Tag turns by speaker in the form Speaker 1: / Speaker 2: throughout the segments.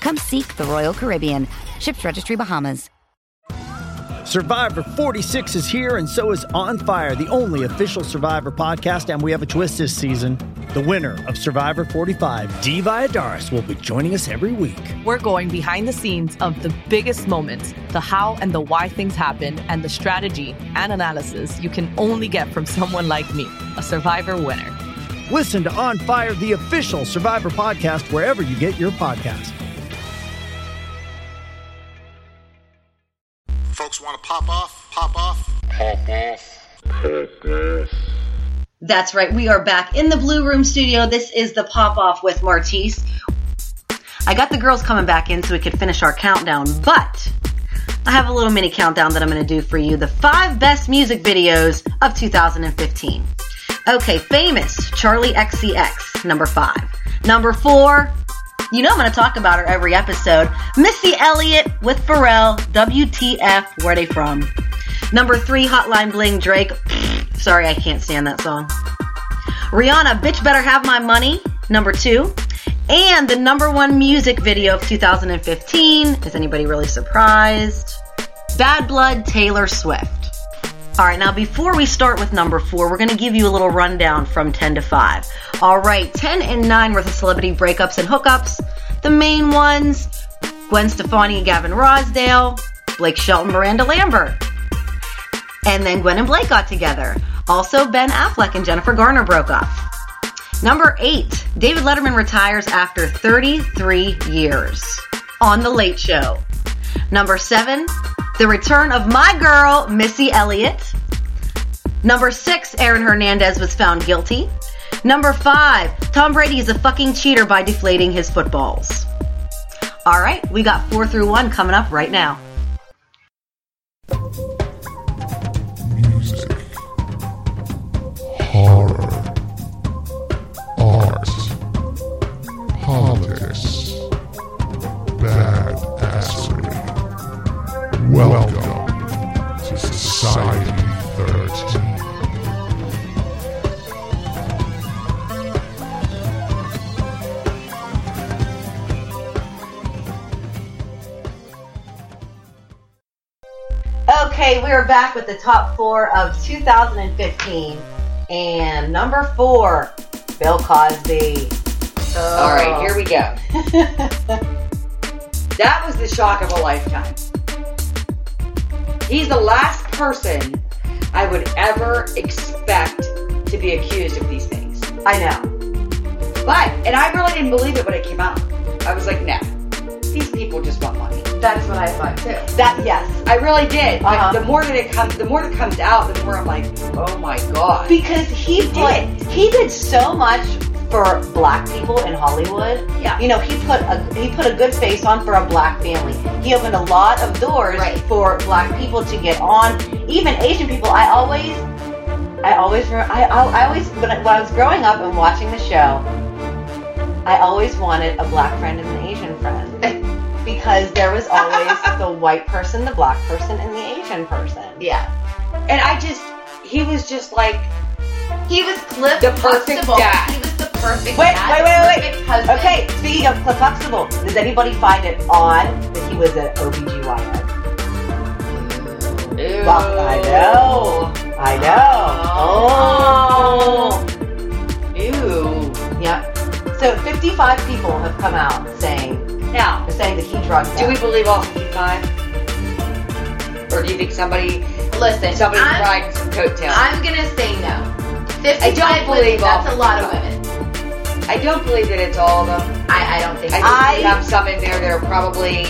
Speaker 1: Come seek the Royal Caribbean. Ships Registry Bahamas.
Speaker 2: Survivor 46 is here, and so is On Fire, the only official Survivor podcast. And we have a twist this season. The winner of Survivor 45, D. Valladaris, will be joining us every week.
Speaker 3: We're going behind the scenes of the biggest moments, the how and the why things happen, and the strategy and analysis you can only get from someone like me, a Survivor winner.
Speaker 2: Listen to On Fire, the official Survivor podcast, wherever you get your podcast.
Speaker 4: Folks want to pop off, pop off.
Speaker 5: That's right. We are back in the Blue Room studio. This is the pop off with Martise. I got the girls coming back in so we could finish our countdown, but I have a little mini countdown that I'm going to do for you. The five best music videos of 2015. Okay, famous Charlie XCX, number five. Number four, you know I'm going to talk about her every episode. Missy Elliott with Pharrell, WTF, where they from? Number three, Hotline Bling Drake. Sorry, I can't stand that song. Rihanna, Bitch Better Have My Money, number two. And the number one music video of 2015. Is anybody really surprised? Bad Blood, Taylor Swift. All right, now before we start with number four, we're going to give you a little rundown from 10 to 5. All right, 10 and 9 were the celebrity breakups and hookups. The main ones Gwen Stefani and Gavin Rosdale, Blake Shelton, Miranda Lambert. And then Gwen and Blake got together. Also, Ben Affleck and Jennifer Garner broke up. Number eight, David Letterman retires after 33 years on The Late Show. Number seven, the return of my girl, Missy Elliott. Number six, Aaron Hernandez was found guilty. Number five, Tom Brady is a fucking cheater by deflating his footballs. All right, we got four through one coming up right now.
Speaker 6: music, horror, art, politics, badassery. Welcome to Society 13.
Speaker 5: Okay, we are back with the top four of 2015. And number four, Bill Cosby.
Speaker 7: All right, here we go. that was the shock of a lifetime. He's the last person I would ever expect to be accused of these things.
Speaker 5: I know.
Speaker 7: But, and I really didn't believe it when it came out. I was like, nah, these people just want money.
Speaker 5: That is what I thought too.
Speaker 7: That, yes, I really did. But
Speaker 5: Uh-huh.
Speaker 7: the more that it comes, the more it comes out, the more I'm like, oh my God.
Speaker 5: Because he put, he did so much for black people in Hollywood.
Speaker 7: Yeah.
Speaker 5: You know, he put a he put a good face on for a black family. He opened a lot of doors
Speaker 7: Right.
Speaker 5: for black people to get on, even Asian people. I always, I always, re- I, I, I always when I, when I was growing up and watching the show, I always wanted a black friend and an Asian friend because there was always the white person, the black person, and the Asian person.
Speaker 7: yeah. And I just, he was just like,
Speaker 5: He was Cliff
Speaker 7: The perfect
Speaker 5: Huxtable.
Speaker 7: dad.
Speaker 5: He was the perfect wait, dad. Wait, wait, wait, wait. Okay, speaking of Cliff Huxtable, does anybody find it odd that he was an OBGYN?
Speaker 7: ew.
Speaker 5: Well, I know. I know. Oh.
Speaker 7: Ew.
Speaker 5: Yep. So 55 people have come out saying,
Speaker 7: Now,
Speaker 5: they're saying that he drugged
Speaker 7: Do
Speaker 5: them.
Speaker 7: we believe all 55? Or do you think somebody
Speaker 8: Listen,
Speaker 7: somebody
Speaker 8: I'm,
Speaker 7: tried some coattails? i
Speaker 8: I'm gonna say no.
Speaker 7: I don't
Speaker 8: Fifty-five women.
Speaker 7: believe all
Speaker 8: That's a lot of
Speaker 7: 55.
Speaker 8: women.
Speaker 7: don't believe that it's all of them.
Speaker 8: I, I don't think.
Speaker 7: I think
Speaker 5: I-
Speaker 7: we have some in there that are probably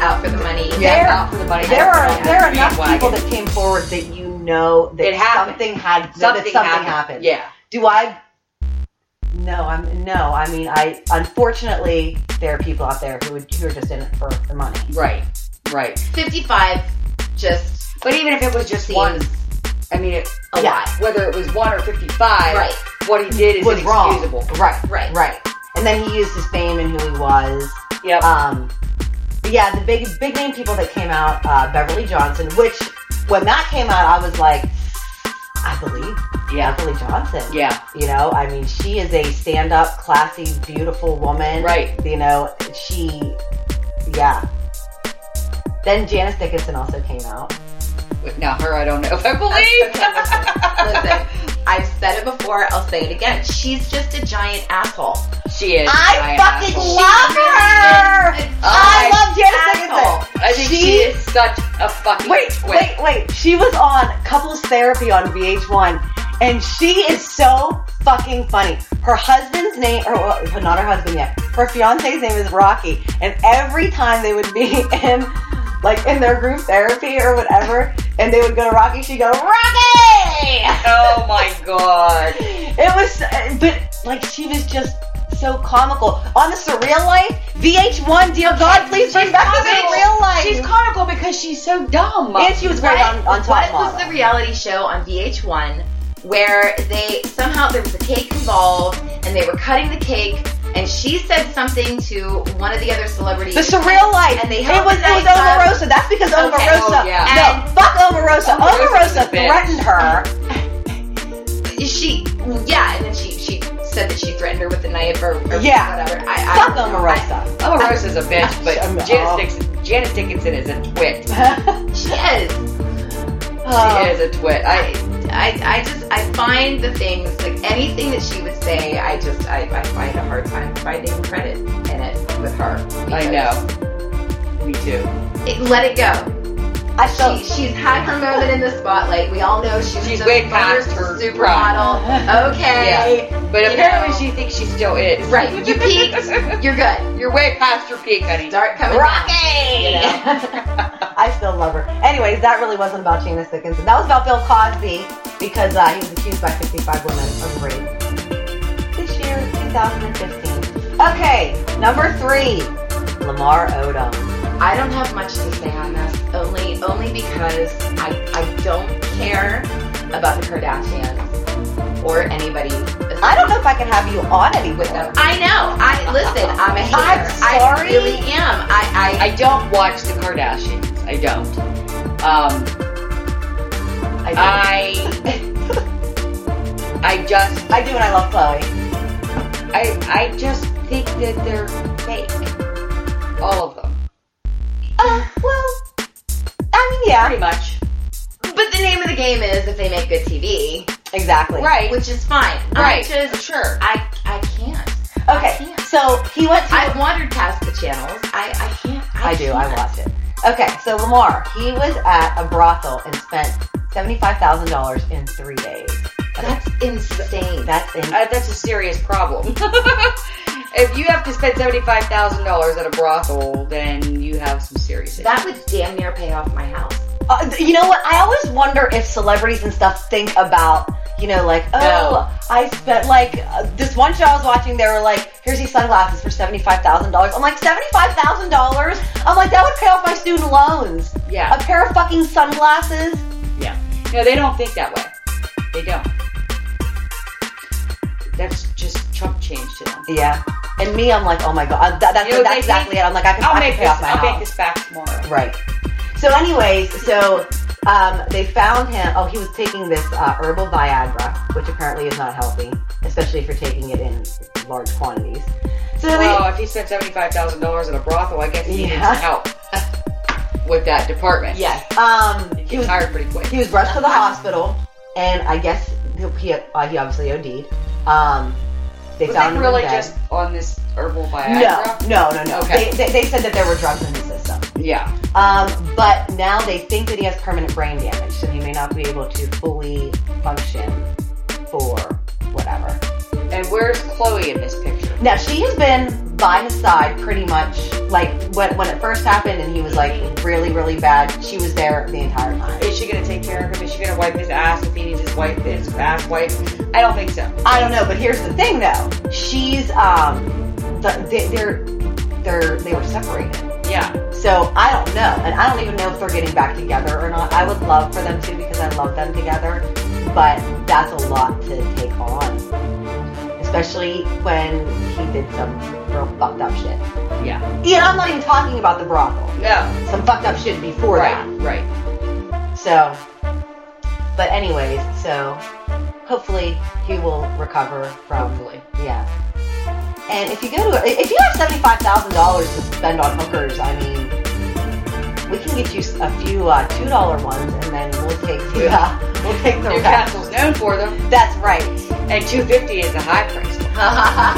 Speaker 8: out for the money.
Speaker 7: yeah,
Speaker 5: There-
Speaker 7: out for the money.
Speaker 5: there are there are enough
Speaker 7: Bandwagon.
Speaker 5: people that came forward that you know that
Speaker 7: It happened.
Speaker 5: something had that
Speaker 7: something,
Speaker 5: something
Speaker 7: happened.
Speaker 5: happened.
Speaker 7: Yeah.
Speaker 5: Do I No, I'm no. I mean, I unfortunately there are people out there who would, who are just in it for the money.
Speaker 9: Right. Right.
Speaker 1: 55, just
Speaker 9: But even if it was just
Speaker 1: Seems-
Speaker 9: one, I mean, it, a
Speaker 1: Yeah.
Speaker 9: lot. Whether it was one or fifty-five,
Speaker 1: Right.
Speaker 9: What he did is
Speaker 5: Was wrong.
Speaker 9: inexcusable.
Speaker 5: Right.
Speaker 1: Right.
Speaker 5: Right. And then he used his fame and who he was.
Speaker 9: Yep.
Speaker 5: Um, but yeah, the big big name people that came out, uh, Beverly Johnson. Which when that came out, I was like, I believe
Speaker 9: yeah.
Speaker 5: Beverly Johnson.
Speaker 9: Yeah.
Speaker 5: You know, I mean, she is a stand up, classy, beautiful woman.
Speaker 9: Right.
Speaker 5: You know, she, yeah. Then Janice Dickinson also came out.
Speaker 9: Wait, Now her, I don't know if I
Speaker 1: listen.
Speaker 9: believe.
Speaker 1: I've said it before, I'll say it again. She's just a giant asshole.
Speaker 9: she is.
Speaker 5: I
Speaker 9: am.
Speaker 5: fucking
Speaker 1: She
Speaker 5: love her!
Speaker 1: is an
Speaker 5: I love Janice
Speaker 1: asshole.
Speaker 5: Dickinson.
Speaker 9: I think she,
Speaker 5: She-
Speaker 9: is such a fucking
Speaker 5: Wait,
Speaker 9: twit.
Speaker 5: wait, wait. She was on couples therapy on VH1, and she is so fucking funny. Her husband's name, or well, not her husband yet, her fiance's name is Rocky, and every time they would be in, like, in their group therapy or whatever, and they would go to Rocky, she'd go, Rocky!
Speaker 9: Oh my god.
Speaker 5: It was, uh, but, like, she was just so comical. On the surreal life, VH1, dear God, please bring back the surreal life.
Speaker 9: She's comical because she's so dumb.
Speaker 5: and she was great on, on Top
Speaker 1: what
Speaker 5: Model.
Speaker 1: was the reality show on VH1 where they somehow there was a cake involved and they were cutting the cake and she said something to one of the other celebrities.
Speaker 5: The surreal life.
Speaker 1: And they
Speaker 5: it
Speaker 1: held
Speaker 5: was
Speaker 1: the
Speaker 5: it was
Speaker 1: knife up.
Speaker 5: Omarosa. That's because
Speaker 1: Okay.
Speaker 5: Omarosa.
Speaker 9: Oh, yeah.
Speaker 5: No, fuck Omarosa.
Speaker 9: Omarosa's
Speaker 5: Omarosa
Speaker 9: a bitch.
Speaker 5: threatened her.
Speaker 1: She, yeah, and then she she said that she threatened her with a knife or, or
Speaker 5: Yeah.
Speaker 1: whatever. I, I
Speaker 5: Fuck
Speaker 1: don't know.
Speaker 5: Omarosa.
Speaker 9: Oh, Rose is a bitch, but
Speaker 5: I'm- oh.
Speaker 9: Janice, Dickinson, Janice Dickinson is a twit. She
Speaker 1: She is.
Speaker 5: Oh,
Speaker 9: is a twit. I,
Speaker 1: I, I, I just I find the things like anything that she would say. I just I, I find a hard time finding credit in it with her.
Speaker 9: I
Speaker 1: because
Speaker 9: know. Me too.
Speaker 1: It, let it go.
Speaker 5: I felt.
Speaker 1: She, she's had her moment in the spotlight. We all know she's,
Speaker 9: She's
Speaker 1: a
Speaker 9: way past
Speaker 1: first
Speaker 9: her
Speaker 1: supermodel. Okay.
Speaker 9: But
Speaker 1: You
Speaker 9: apparently
Speaker 1: know.
Speaker 9: she thinks she still is.
Speaker 1: Right. You peaked. You're good.
Speaker 9: You're way past your peak, honey.
Speaker 1: Start coming
Speaker 5: Rocky!
Speaker 1: down, you know?
Speaker 5: I still love her. Anyways, that really wasn't about Janice Dickinson. That was about Bill Cosby because uh, he was accused by 55 women of rape. This year, 2015. Okay, number three, Lamar Odom.
Speaker 1: I don't have much to say on this, only only because I, I don't care about the Kardashians or anybody.
Speaker 5: I don't know if I can have you on any
Speaker 1: with them. I know. I listen. I'm a hater.
Speaker 5: I'm sorry.
Speaker 1: I really am. I, I,
Speaker 9: I don't watch the Kardashians. I don't. Um,
Speaker 5: I
Speaker 9: I,
Speaker 5: do.
Speaker 9: I just,
Speaker 5: I do, and I love Chloe.
Speaker 9: I, I just think that they're fake. All of them.
Speaker 5: Uh, well, I mean, yeah,
Speaker 9: Pretty much.
Speaker 1: But the name of the game is if they make good TV,
Speaker 5: exactly.
Speaker 9: Right.
Speaker 1: which is fine.
Speaker 9: Right.
Speaker 1: I just
Speaker 9: Sure.
Speaker 1: I I can't. I
Speaker 5: Okay,
Speaker 1: can't.
Speaker 5: so he went to.
Speaker 1: I've wandered past the channels. I, I can't. I,
Speaker 5: I do. I
Speaker 1: can't.
Speaker 5: watch it. Okay, so Lamar, he was at a brothel and spent seventy-five thousand dollars in three days.
Speaker 1: That's insane.
Speaker 5: That's in.
Speaker 9: Uh, that's a serious problem. if you have to spend seventy-five thousand dollars at a brothel, then you have some serious issues.
Speaker 1: That would damn near pay off my house.
Speaker 5: Uh, you know what? I always wonder if celebrities and stuff think about. You know, like, oh,
Speaker 9: No.
Speaker 5: I spent like uh, this one show I was watching. They were like, "Here's these sunglasses for seventy-five thousand dollars." I'm like, seventy-five thousand dollars? I'm like, that would pay off my student loans.
Speaker 9: Yeah.
Speaker 5: A pair of fucking sunglasses.
Speaker 9: Yeah. No, they don't think that way. They don't. That's just chump change to them.
Speaker 5: Yeah. And me, I'm like, oh my god, that, that's,
Speaker 9: You know,
Speaker 5: that's
Speaker 9: they
Speaker 5: exactly
Speaker 9: think-
Speaker 5: it. I'm like, I can,
Speaker 9: I'll
Speaker 5: I
Speaker 9: make
Speaker 5: can pay
Speaker 9: this.
Speaker 5: off my
Speaker 9: I'll
Speaker 5: house.
Speaker 9: make this back tomorrow.
Speaker 5: Right. So, anyways, so um, they found him. Oh, he was taking this uh, herbal Viagra, which apparently is not healthy, especially if you're taking it in large quantities. So they-
Speaker 8: Oh,
Speaker 9: Well, if he spent seventy-five thousand dollars at a brothel, I guess he needs
Speaker 5: Yeah.
Speaker 9: some help with that department.
Speaker 5: yes, um,
Speaker 9: he
Speaker 5: he
Speaker 9: gets
Speaker 5: was
Speaker 9: hired pretty quick.
Speaker 5: he was rushed to the
Speaker 9: Uh-huh.
Speaker 5: hospital, and I guess he he, uh, he obviously OD'd. Um, they
Speaker 9: Was
Speaker 5: found
Speaker 9: that
Speaker 5: him
Speaker 9: really
Speaker 5: in bed.
Speaker 9: just on this herbal
Speaker 5: no,
Speaker 9: Viagra?
Speaker 5: no, no, no.
Speaker 9: Okay.
Speaker 5: They, they, they said that there were drugs in his system.
Speaker 9: Yeah.
Speaker 5: Um, but now they think that he has permanent brain damage, so he may not be able to fully function for whatever.
Speaker 9: And where's Chloe in this picture?
Speaker 5: Now she has been by his side pretty much like when, when it first happened and he was like really really bad she was there the entire time
Speaker 8: Is she gonna take care of him? Is she gonna wipe his ass if he needs his wipe his ass wiped? I don't think so.
Speaker 5: I don't know, but here's the thing though. She's um, the, they, they're they're they were separated,
Speaker 8: Yeah.
Speaker 5: so I don't know, and I don't even know if they're getting back together or not. I would love for them to because I love them together, but that's a lot to take on, especially when he did some real fucked up shit.
Speaker 8: Yeah.
Speaker 5: Yeah, I'm not even talking about the brothel.
Speaker 8: No.
Speaker 5: Some fucked up shit before
Speaker 8: Right.
Speaker 5: that.
Speaker 8: Right.
Speaker 5: So, but anyways, so hopefully he will recover from.
Speaker 8: Hopefully.
Speaker 5: Yeah. And if you go to, if you have seventy five thousand dollars to spend on hookers, I mean, we can get you a few uh, two dollar ones, and then we'll take the, uh, we'll take the rest.
Speaker 8: Newcastle's known for them,
Speaker 5: That's right.
Speaker 8: and 250 is a high price.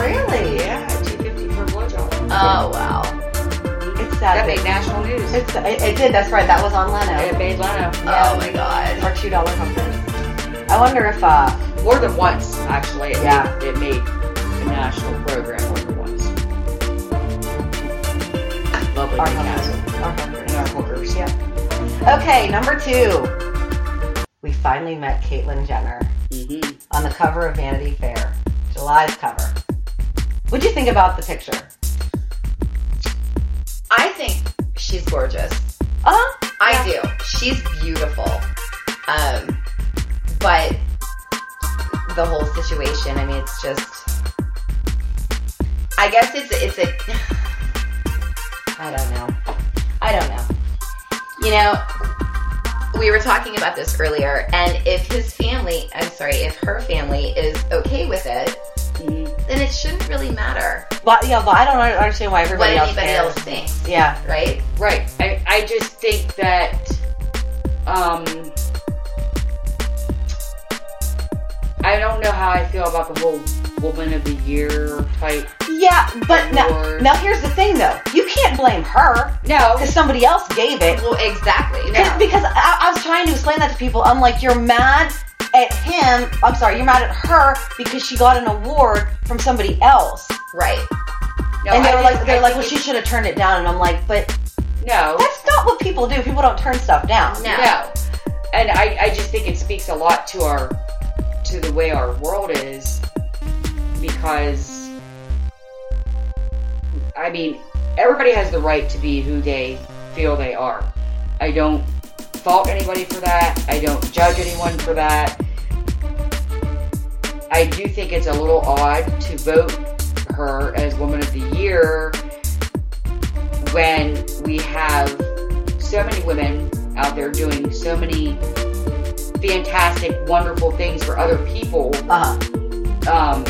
Speaker 5: really?
Speaker 8: Yeah, 250 for a blowjob.
Speaker 5: Oh wow. It's
Speaker 8: That
Speaker 5: sad.
Speaker 8: made national news.
Speaker 5: It's, it, it did. That's right. That was on Leno.
Speaker 8: It made Leno.
Speaker 5: Oh my god. Our two dollar hookers. I wonder if uh.
Speaker 8: More than once, actually. It
Speaker 5: Yeah.
Speaker 8: Made, it made a national program more than once. Lovely
Speaker 5: Our
Speaker 8: Newcastle.
Speaker 5: hookers. Our
Speaker 8: And
Speaker 5: hookers.
Speaker 8: our hookers.
Speaker 5: Yeah. Okay, number two. We finally met Caitlyn Jenner
Speaker 8: Mm-hmm.
Speaker 5: on the cover of Vanity Fair, July's cover. What'd you think about the picture?
Speaker 8: I think she's gorgeous.
Speaker 5: Uh-huh.
Speaker 8: I do. She's beautiful. Um, but the whole situation, I mean, it's just. I guess it's a, it's a. I don't know. I don't know. You know, we were talking about this earlier, and if his family, I'm sorry, if her family is okay with it, then it shouldn't really matter
Speaker 5: Well, yeah, Mm-hmm. but I don't un- understand why
Speaker 8: what
Speaker 5: everybody else
Speaker 8: anybody
Speaker 5: cares.
Speaker 8: else thinks,
Speaker 5: Yeah.
Speaker 8: right?
Speaker 9: Right. I, I just think that um I don't know how I feel about the whole woman of the year type.
Speaker 5: Yeah, but now,
Speaker 9: Lord.
Speaker 5: now here's the thing though. You can't blame her
Speaker 9: No.
Speaker 5: because somebody else gave it.
Speaker 8: Well, exactly. No.
Speaker 5: Because- Because I, I was trying to explain that to people. I'm like, you're mad at him. I'm sorry, you're mad at her because she got an award from somebody else.
Speaker 8: Right. No,
Speaker 5: and they
Speaker 8: I
Speaker 5: were
Speaker 8: think-
Speaker 5: like, they're
Speaker 8: I
Speaker 5: like, well,
Speaker 8: think
Speaker 5: she should have turned it down. And I'm like, but
Speaker 9: No. No.
Speaker 5: that's not what people do. People don't turn stuff down.
Speaker 8: No.
Speaker 9: And I, I just think it speaks a lot to our to the way our world is because I mean, everybody has the right to be who they feel they are. I don't fault anybody for that. I don't judge anyone for that. I do think it's a little odd to vote her as Woman of the Year when we have so many women out there doing so many fantastic, wonderful things for other people.
Speaker 5: Uh-huh.
Speaker 9: Um,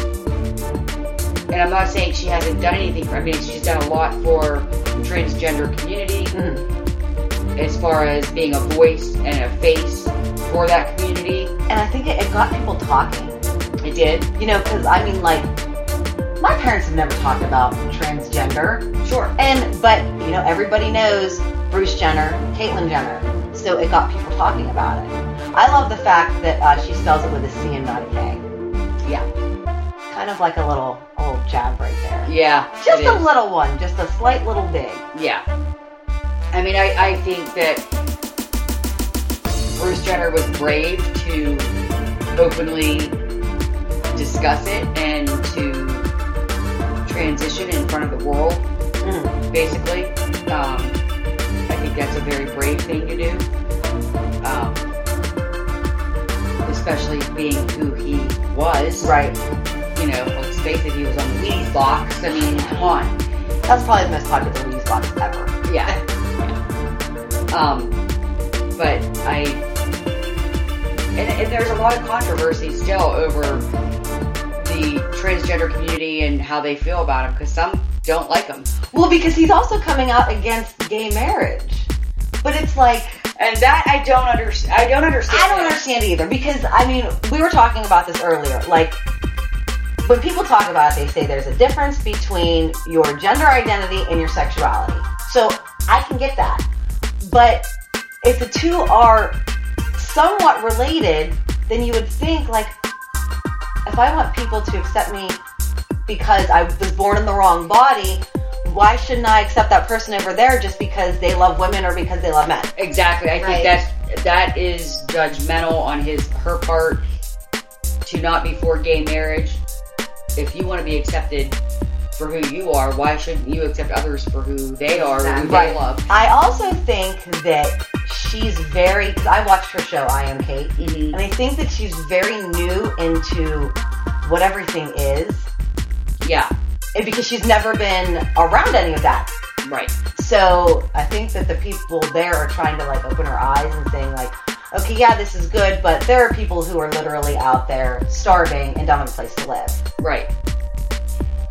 Speaker 9: and I'm not saying she hasn't done anything for, I mean, she's done a lot for transgender community as far as being a voice and a face for that community.
Speaker 5: And I think it, it got people talking.
Speaker 9: It did.
Speaker 5: You know, because I mean, like, my parents have never talked about transgender.
Speaker 9: Sure.
Speaker 5: And, but, you know, everybody knows Bruce Jenner, Caitlyn Jenner. So it got people talking about it. I love the fact that uh, she spells it with a C and not a K.
Speaker 9: Yeah.
Speaker 5: Kind of like a little, a little jab right there.
Speaker 9: Yeah.
Speaker 5: Just
Speaker 9: it
Speaker 5: a
Speaker 9: is.
Speaker 5: little one, just a slight little dig.
Speaker 9: Yeah. I mean, I, I think that Bruce Jenner was brave to openly discuss it and to transition in front of the world,
Speaker 5: Mm.
Speaker 9: basically. Um, I think that's a very brave thing to do. Um, especially being who he was.
Speaker 5: Right.
Speaker 9: You know, let's face it, he was on the Wheaties box. I mean, come on.
Speaker 5: That's probably the most popular news box ever.
Speaker 9: Yeah. Um, but I, and, and there's a lot of controversy still over the transgender community and how they feel about him because some don't like him,
Speaker 5: Well, because he's also coming out against gay marriage. But it's like,
Speaker 9: and that I don't understand. I don't understand.
Speaker 5: I don't
Speaker 9: that.
Speaker 5: understand either because, I mean, we were talking about this earlier. Like, when people talk about it, they say there's a difference between your gender identity and your sexuality. So I can get that. But if the two are somewhat related, then you would think, like, if I want people to accept me because I was born in the wrong body, why shouldn't I accept that person over there just because they love women or because they love men?
Speaker 9: Exactly. I
Speaker 8: Right.
Speaker 9: think that's that is judgmental on his her part to not be for gay marriage. If you want to be accepted for who you are, why shouldn't you accept others for who they are or who
Speaker 5: Right.
Speaker 9: they love?
Speaker 5: I also think that she's very, because I watched her show, I Am Kate,
Speaker 9: Mhm.
Speaker 5: and I think that she's very new into what everything is
Speaker 9: Yeah.
Speaker 5: and because she's never been around any of that.
Speaker 9: Right.
Speaker 5: So I think that the people there are trying to like open her eyes and saying like, okay, yeah, this is good, but there are people who are literally out there starving and don't have a place to live.
Speaker 9: Right.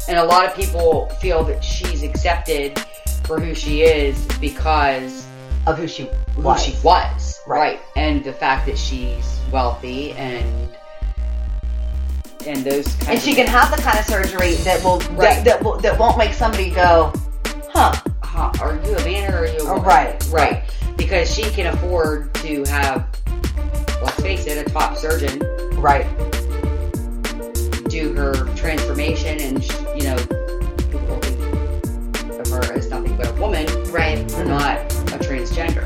Speaker 9: And a lot of people feel that she's accepted for who she is because
Speaker 5: Of who she
Speaker 9: who
Speaker 5: was.
Speaker 9: she was.
Speaker 5: Right.
Speaker 9: And the fact that she's wealthy and and those kinds
Speaker 5: and she
Speaker 9: of-
Speaker 5: can have the kind of surgery that will that-
Speaker 9: Right.
Speaker 5: that, will, that won't make somebody go, huh?
Speaker 9: huh, are you a man or are you a
Speaker 5: Oh,
Speaker 9: woman?
Speaker 5: right,
Speaker 9: right. Because she can afford to have, let's face it, a top surgeon
Speaker 5: Right.
Speaker 9: do her transformation, and sh you know, people will think of her as nothing but a woman,
Speaker 8: Right.
Speaker 9: not a transgender.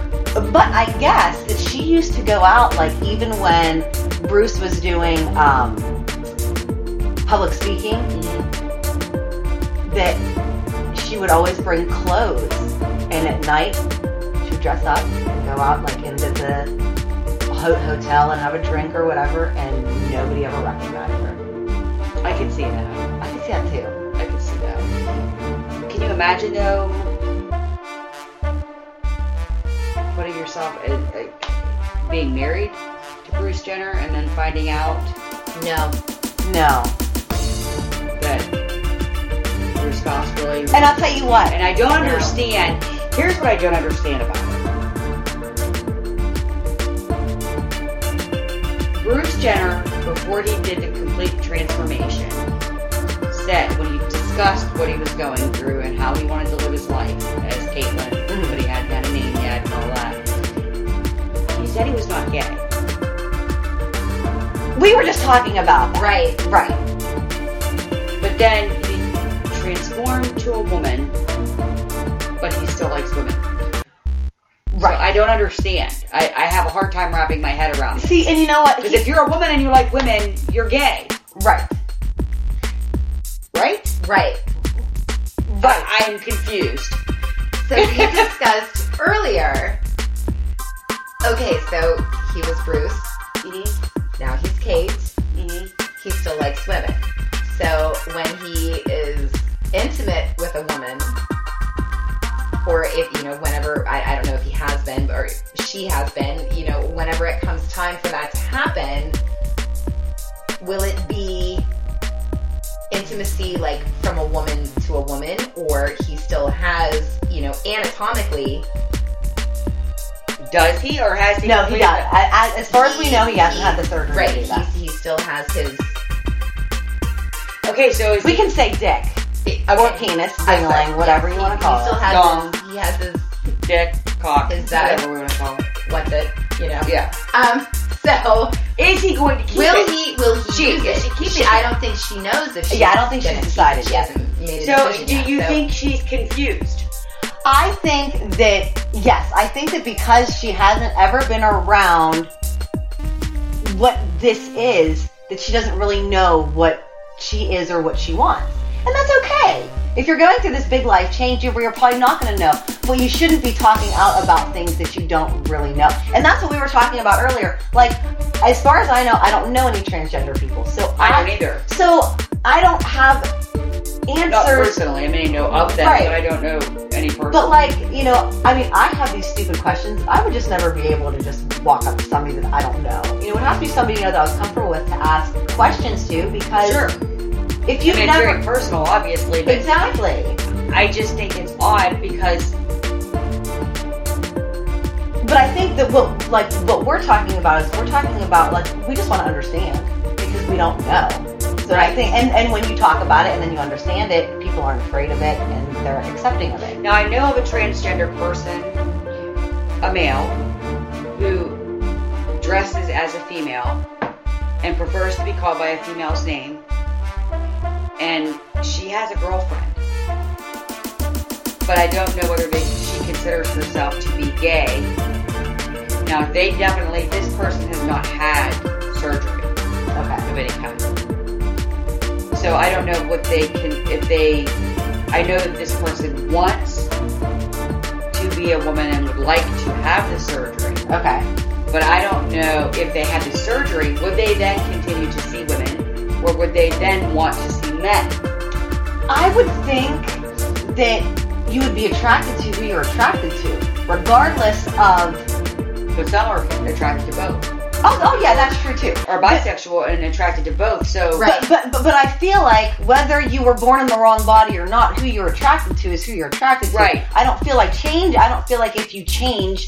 Speaker 5: But I guess that she used to go out like even when Bruce was doing um, public speaking, that she would always bring clothes, and at night she would dress up, and go out like into the ho- hotel and have a drink or whatever, and nobody ever recognized her.
Speaker 9: I can see that.
Speaker 5: I can see that too.
Speaker 9: I can see that. Can you imagine though? Putting yourself in, uh, being married to Bruce Jenner and then finding out
Speaker 8: No.
Speaker 5: No.
Speaker 9: that your spouse really
Speaker 5: And I'll tell you what.
Speaker 9: And I don't understand. Here's what I don't understand about it. Bruce Jenner, before he did the complete transformation, said when he discussed what he was going through and how he wanted to live his life as Caitlyn, but he had that anemia and all that, he said he was not gay.
Speaker 5: We were just talking about that.
Speaker 8: Right.
Speaker 5: Right.
Speaker 9: But then he transformed to a woman, but he still likes women. Right. I don't understand. I, I have a hard time wrapping my head around it.
Speaker 5: See, and you know what?
Speaker 9: Because if you're a woman and you like women, you're gay,
Speaker 5: right.
Speaker 9: right?
Speaker 8: Right.
Speaker 9: But I'm confused.
Speaker 8: So we discussed earlier. Okay, so he was Bruce. Now he's Kate. He still likes women. So when he is intimate with a woman, or if you know, whenever I, I don't know if he has been or she has been, you know, whenever it comes time for that to happen, will it be intimacy like from a woman to a woman or he still has you know anatomically
Speaker 9: Does he or has he?
Speaker 5: No, he
Speaker 9: completed
Speaker 5: does.
Speaker 9: it?
Speaker 5: I, I, as far as we know, he hasn't had the surgery.
Speaker 8: right
Speaker 5: to do that.
Speaker 8: he, he still has his
Speaker 9: Okay, so is
Speaker 5: We
Speaker 9: he,
Speaker 5: can say dick or
Speaker 8: okay,
Speaker 5: penis, dingling, whatever you
Speaker 8: he,
Speaker 5: want to call
Speaker 8: he still
Speaker 5: it.
Speaker 8: has
Speaker 9: Dong.
Speaker 8: his, he has his
Speaker 9: dick, cock,
Speaker 8: Is that-
Speaker 9: whatever we want to call it.
Speaker 8: what's it you know
Speaker 9: Yeah.
Speaker 8: um so
Speaker 9: Is he going to keep
Speaker 8: will
Speaker 9: it?
Speaker 8: he will he
Speaker 9: She-
Speaker 8: use it?
Speaker 9: she keeps
Speaker 8: She-
Speaker 9: it.
Speaker 8: I don't think she knows if she
Speaker 5: Yeah, I don't think
Speaker 8: gonna
Speaker 5: she's
Speaker 8: keep it.
Speaker 5: decided
Speaker 8: she
Speaker 5: yet.
Speaker 8: hasn't made a
Speaker 9: So,
Speaker 8: decision
Speaker 9: do
Speaker 8: yet,
Speaker 9: you
Speaker 8: so-
Speaker 9: think she's confused?
Speaker 5: I think that, yes, I think that because she hasn't ever been around what this is, that she doesn't really know what she is or what she wants. And that's okay. If you're going through this big life change, you're you're probably not going to know. But you shouldn't be talking out about things that you don't really know. And that's what we were talking about earlier. Like, as far as I know, I don't know any transgender people. So
Speaker 9: I don't either.
Speaker 5: So I don't have answers.
Speaker 9: Not personally. I may know of them,
Speaker 5: Right.
Speaker 9: but I don't know any person.
Speaker 5: But like, you know, I mean, I have these stupid questions. I would just never be able to just walk up to somebody that I don't know. You know, it would have to be somebody you know that I was comfortable with to ask questions to because
Speaker 9: sure.
Speaker 5: if you've
Speaker 9: I mean, it's
Speaker 5: never
Speaker 9: very personal, obviously, but
Speaker 5: exactly
Speaker 9: I just think it's odd because
Speaker 5: But I think that what like what we're talking about is we're talking about like we just want to understand because we don't know. So I think and, and when you talk about it and then you understand it, people aren't afraid of it and they're accepting of it.
Speaker 9: now I know of a transgender person, a male, who dresses as a female and prefers to be called by a female's name and she has a girlfriend. But I don't know whether they, she considers herself to be gay. Now, they definitely, this person has not had surgery
Speaker 5: Okay.
Speaker 9: of any kind. So I don't know what they can, if they, I know that this person wants to be a woman and would like to have the surgery.
Speaker 5: Okay.
Speaker 9: But I don't know if they had the surgery, would they then continue to see women or would they then want to see men?
Speaker 5: I would think that you would be attracted to who you're attracted to, regardless of.
Speaker 9: But some are attracted to both,
Speaker 5: Oh, oh yeah, that's true too.
Speaker 9: are bisexual and attracted to both. So
Speaker 5: But, but but but I feel like whether you were born in the wrong body or not, who you're attracted to is who you're attracted to.
Speaker 9: Right.
Speaker 5: I don't feel like change. I don't feel like if you change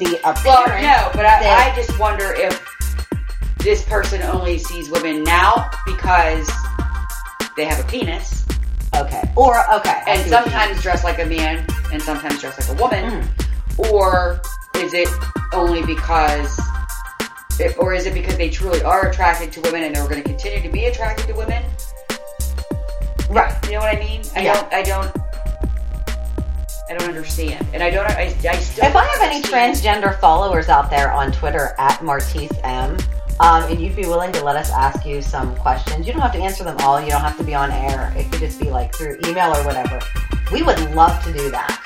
Speaker 5: the appearance.
Speaker 9: well, no, but I,
Speaker 5: that-
Speaker 9: I just wonder if this person only sees women now because they have a penis
Speaker 5: okay. Or okay. I
Speaker 9: and
Speaker 5: see what you mean.
Speaker 9: sometimes dress like a man and sometimes dress like a woman,
Speaker 5: Hmm.
Speaker 9: or is it only because? If, or is it because they truly are attracted to women and they're going to continue to be attracted to women?
Speaker 5: right.
Speaker 9: You know what I mean? I
Speaker 5: Yeah.
Speaker 9: don't. I don't. I don't understand, and I don't. I, I still.
Speaker 5: If I have any transgender followers out there on Twitter at Martise M, um, and you'd be willing to let us ask you some questions, you don't have to answer them all. You don't have to be on air. It could just be like through email or whatever. We would love to do that.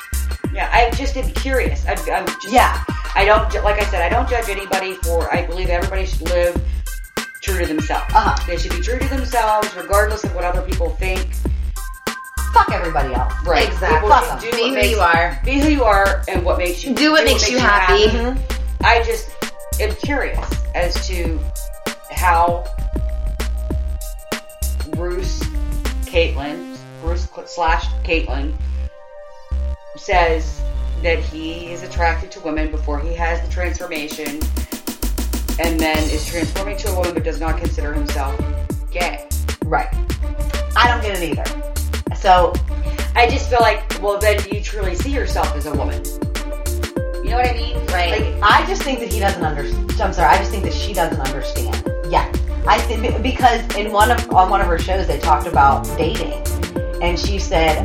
Speaker 9: Yeah, I just am curious. I, I'm just,
Speaker 5: Yeah.
Speaker 9: I don't. ju- Like I said, I don't judge anybody for. I believe everybody should live true to themselves.
Speaker 5: Uh-huh.
Speaker 9: They should be true to themselves, regardless of what other people think.
Speaker 5: Fuck everybody else.
Speaker 9: Right.
Speaker 8: Exactly.
Speaker 9: People
Speaker 5: Fuck
Speaker 9: should do
Speaker 5: 'em.
Speaker 8: Be
Speaker 9: what
Speaker 8: who
Speaker 9: makes-
Speaker 8: you are.
Speaker 9: Be who you are, and what makes you
Speaker 8: Do what makes you happy. Mm-hmm.
Speaker 9: I just am curious as to how Bruce Caitlin, Bruce slash Caitlin, says that he is attracted to women before he has the transformation, and then is transforming to a woman but does not consider himself gay.
Speaker 5: Right. I don't get it either. So
Speaker 9: I just feel like, well, then you truly see yourself as a woman. You know what I mean?
Speaker 8: Right.
Speaker 9: Like,
Speaker 5: I just think that he doesn't understand. I'm sorry. I just think that she doesn't understand. Yeah, I think because in one of on one of her shows they talked about dating, and she said,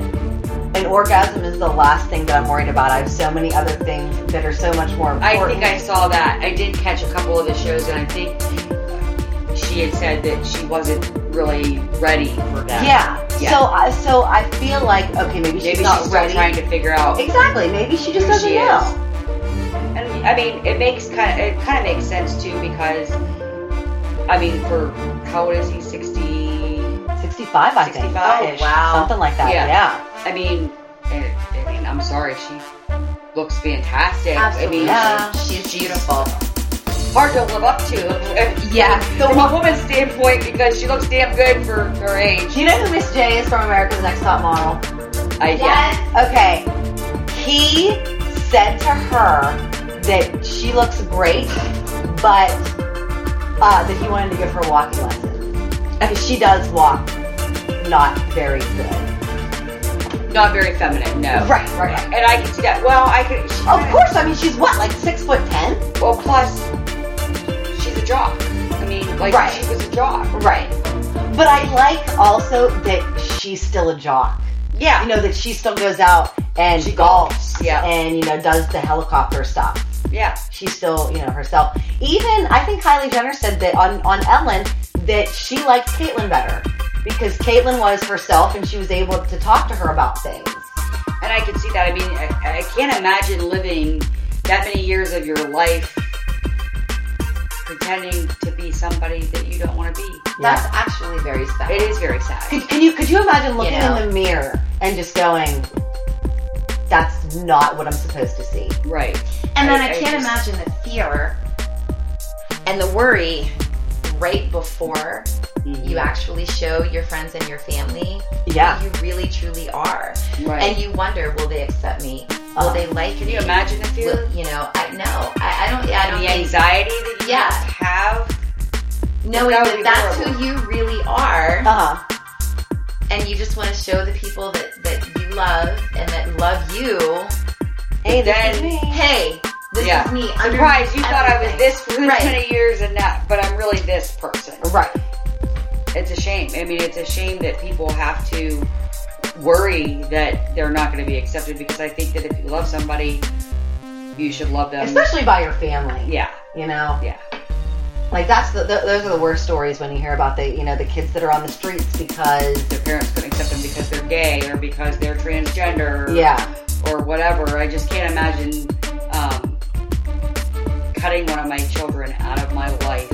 Speaker 5: "An orgasm is the last thing that I'm worried about. I have so many other things that are so much more important."
Speaker 9: I think I saw that. I did catch a couple of the shows, and I think she had said that she wasn't really ready for that.
Speaker 5: Yeah.
Speaker 9: Yeah.
Speaker 5: So I so I feel like okay, maybe she's
Speaker 9: Maybe she's,
Speaker 5: not
Speaker 9: still
Speaker 5: ready.
Speaker 9: trying to figure out.
Speaker 5: exactly. Maybe she just
Speaker 9: who
Speaker 5: doesn't
Speaker 9: she is.
Speaker 5: know.
Speaker 9: And I mean, it makes kind of it kind of makes sense too because I mean, for how old is he? Sixty.
Speaker 5: 65, I think.
Speaker 9: 65 -ish.
Speaker 5: Oh, wow. Something like that.
Speaker 9: Yeah.
Speaker 5: Yeah.
Speaker 9: I mean, eh, I mean, I'm sorry, she looks fantastic. I mean,
Speaker 8: Yeah. She's beautiful.
Speaker 9: hard to live up to.
Speaker 8: Yeah.
Speaker 9: From a woman's standpoint, because she looks damn good for her age.
Speaker 5: Do you know who Miss J is from America's Next Top Model?
Speaker 9: I yeah.
Speaker 5: Okay. He said to her that she looks great, but uh, that he wanted to give her walking lessons. Because she does walk not very good.
Speaker 9: Not very feminine, no.
Speaker 5: Right, right.
Speaker 9: And I can see that. Well, I could. She,
Speaker 5: Of course, I mean, she's what, like six foot ten?
Speaker 9: Well, plus, she's a jock. I mean, like,
Speaker 5: Right.
Speaker 9: she was a jock.
Speaker 5: Right. But I like also that she's still a jock.
Speaker 9: Yeah.
Speaker 5: You know, that she still goes out and
Speaker 9: She
Speaker 5: golfs
Speaker 9: golfs, yeah.
Speaker 5: and, you know, does the helicopter stuff.
Speaker 9: yeah.
Speaker 5: she's still, you know, herself. Even I think Kylie Jenner said that on on Ellen that she liked Caitlyn better because Caitlyn was herself and she was able to talk to her about things.
Speaker 9: And I can see that. I mean, I, I can't imagine living that many years of your life pretending to be somebody that you don't want to be.
Speaker 8: That's actually very special.
Speaker 9: It is very sad.
Speaker 5: Could, can you could you imagine looking
Speaker 8: know.
Speaker 5: in the mirror and just going, "That's not what I'm supposed to see."
Speaker 9: Right.
Speaker 8: And then
Speaker 9: I-
Speaker 8: I,
Speaker 9: I
Speaker 8: can't
Speaker 9: just-
Speaker 8: imagine the fear and the worry right before you actually show your friends and your family
Speaker 5: Yeah.
Speaker 8: who you really truly are.
Speaker 9: Right.
Speaker 8: And you wonder, will they accept me? Will
Speaker 5: Uh-huh.
Speaker 8: they like
Speaker 9: Can
Speaker 8: me?
Speaker 9: you imagine the fear?
Speaker 8: Will- you know, I no, I, I don't. I don't
Speaker 9: the
Speaker 8: think-
Speaker 9: anxiety that you
Speaker 8: Yeah.
Speaker 9: must have.
Speaker 8: knowing
Speaker 9: That would
Speaker 8: that
Speaker 9: be
Speaker 8: that's
Speaker 9: horrible.
Speaker 8: who you really are,
Speaker 5: Uh huh. Uh-huh.
Speaker 8: and you just want to show the people that that you love and that love you.
Speaker 5: Hey, this is
Speaker 9: Then-
Speaker 5: me.
Speaker 8: Hey, this
Speaker 9: Yeah.
Speaker 8: is me.
Speaker 9: Surprise! You thought I was
Speaker 8: everything.
Speaker 9: this for this
Speaker 8: Right.
Speaker 9: many years and that, but I'm really this person.
Speaker 5: Right.
Speaker 9: it's a shame. I mean, it's a shame that people have to worry that they're not going to be accepted because I think that if you love somebody, you should love
Speaker 8: Um,
Speaker 9: them.
Speaker 5: especially by your family.
Speaker 9: yeah,
Speaker 5: You know,
Speaker 9: yeah,
Speaker 5: like that's the, th those are the worst stories when you hear about the you know the kids that are on the streets because
Speaker 9: their parents couldn't accept them because they're gay or because they're transgender.
Speaker 5: yeah
Speaker 9: or whatever. I just can't imagine um, cutting one of my children out of my life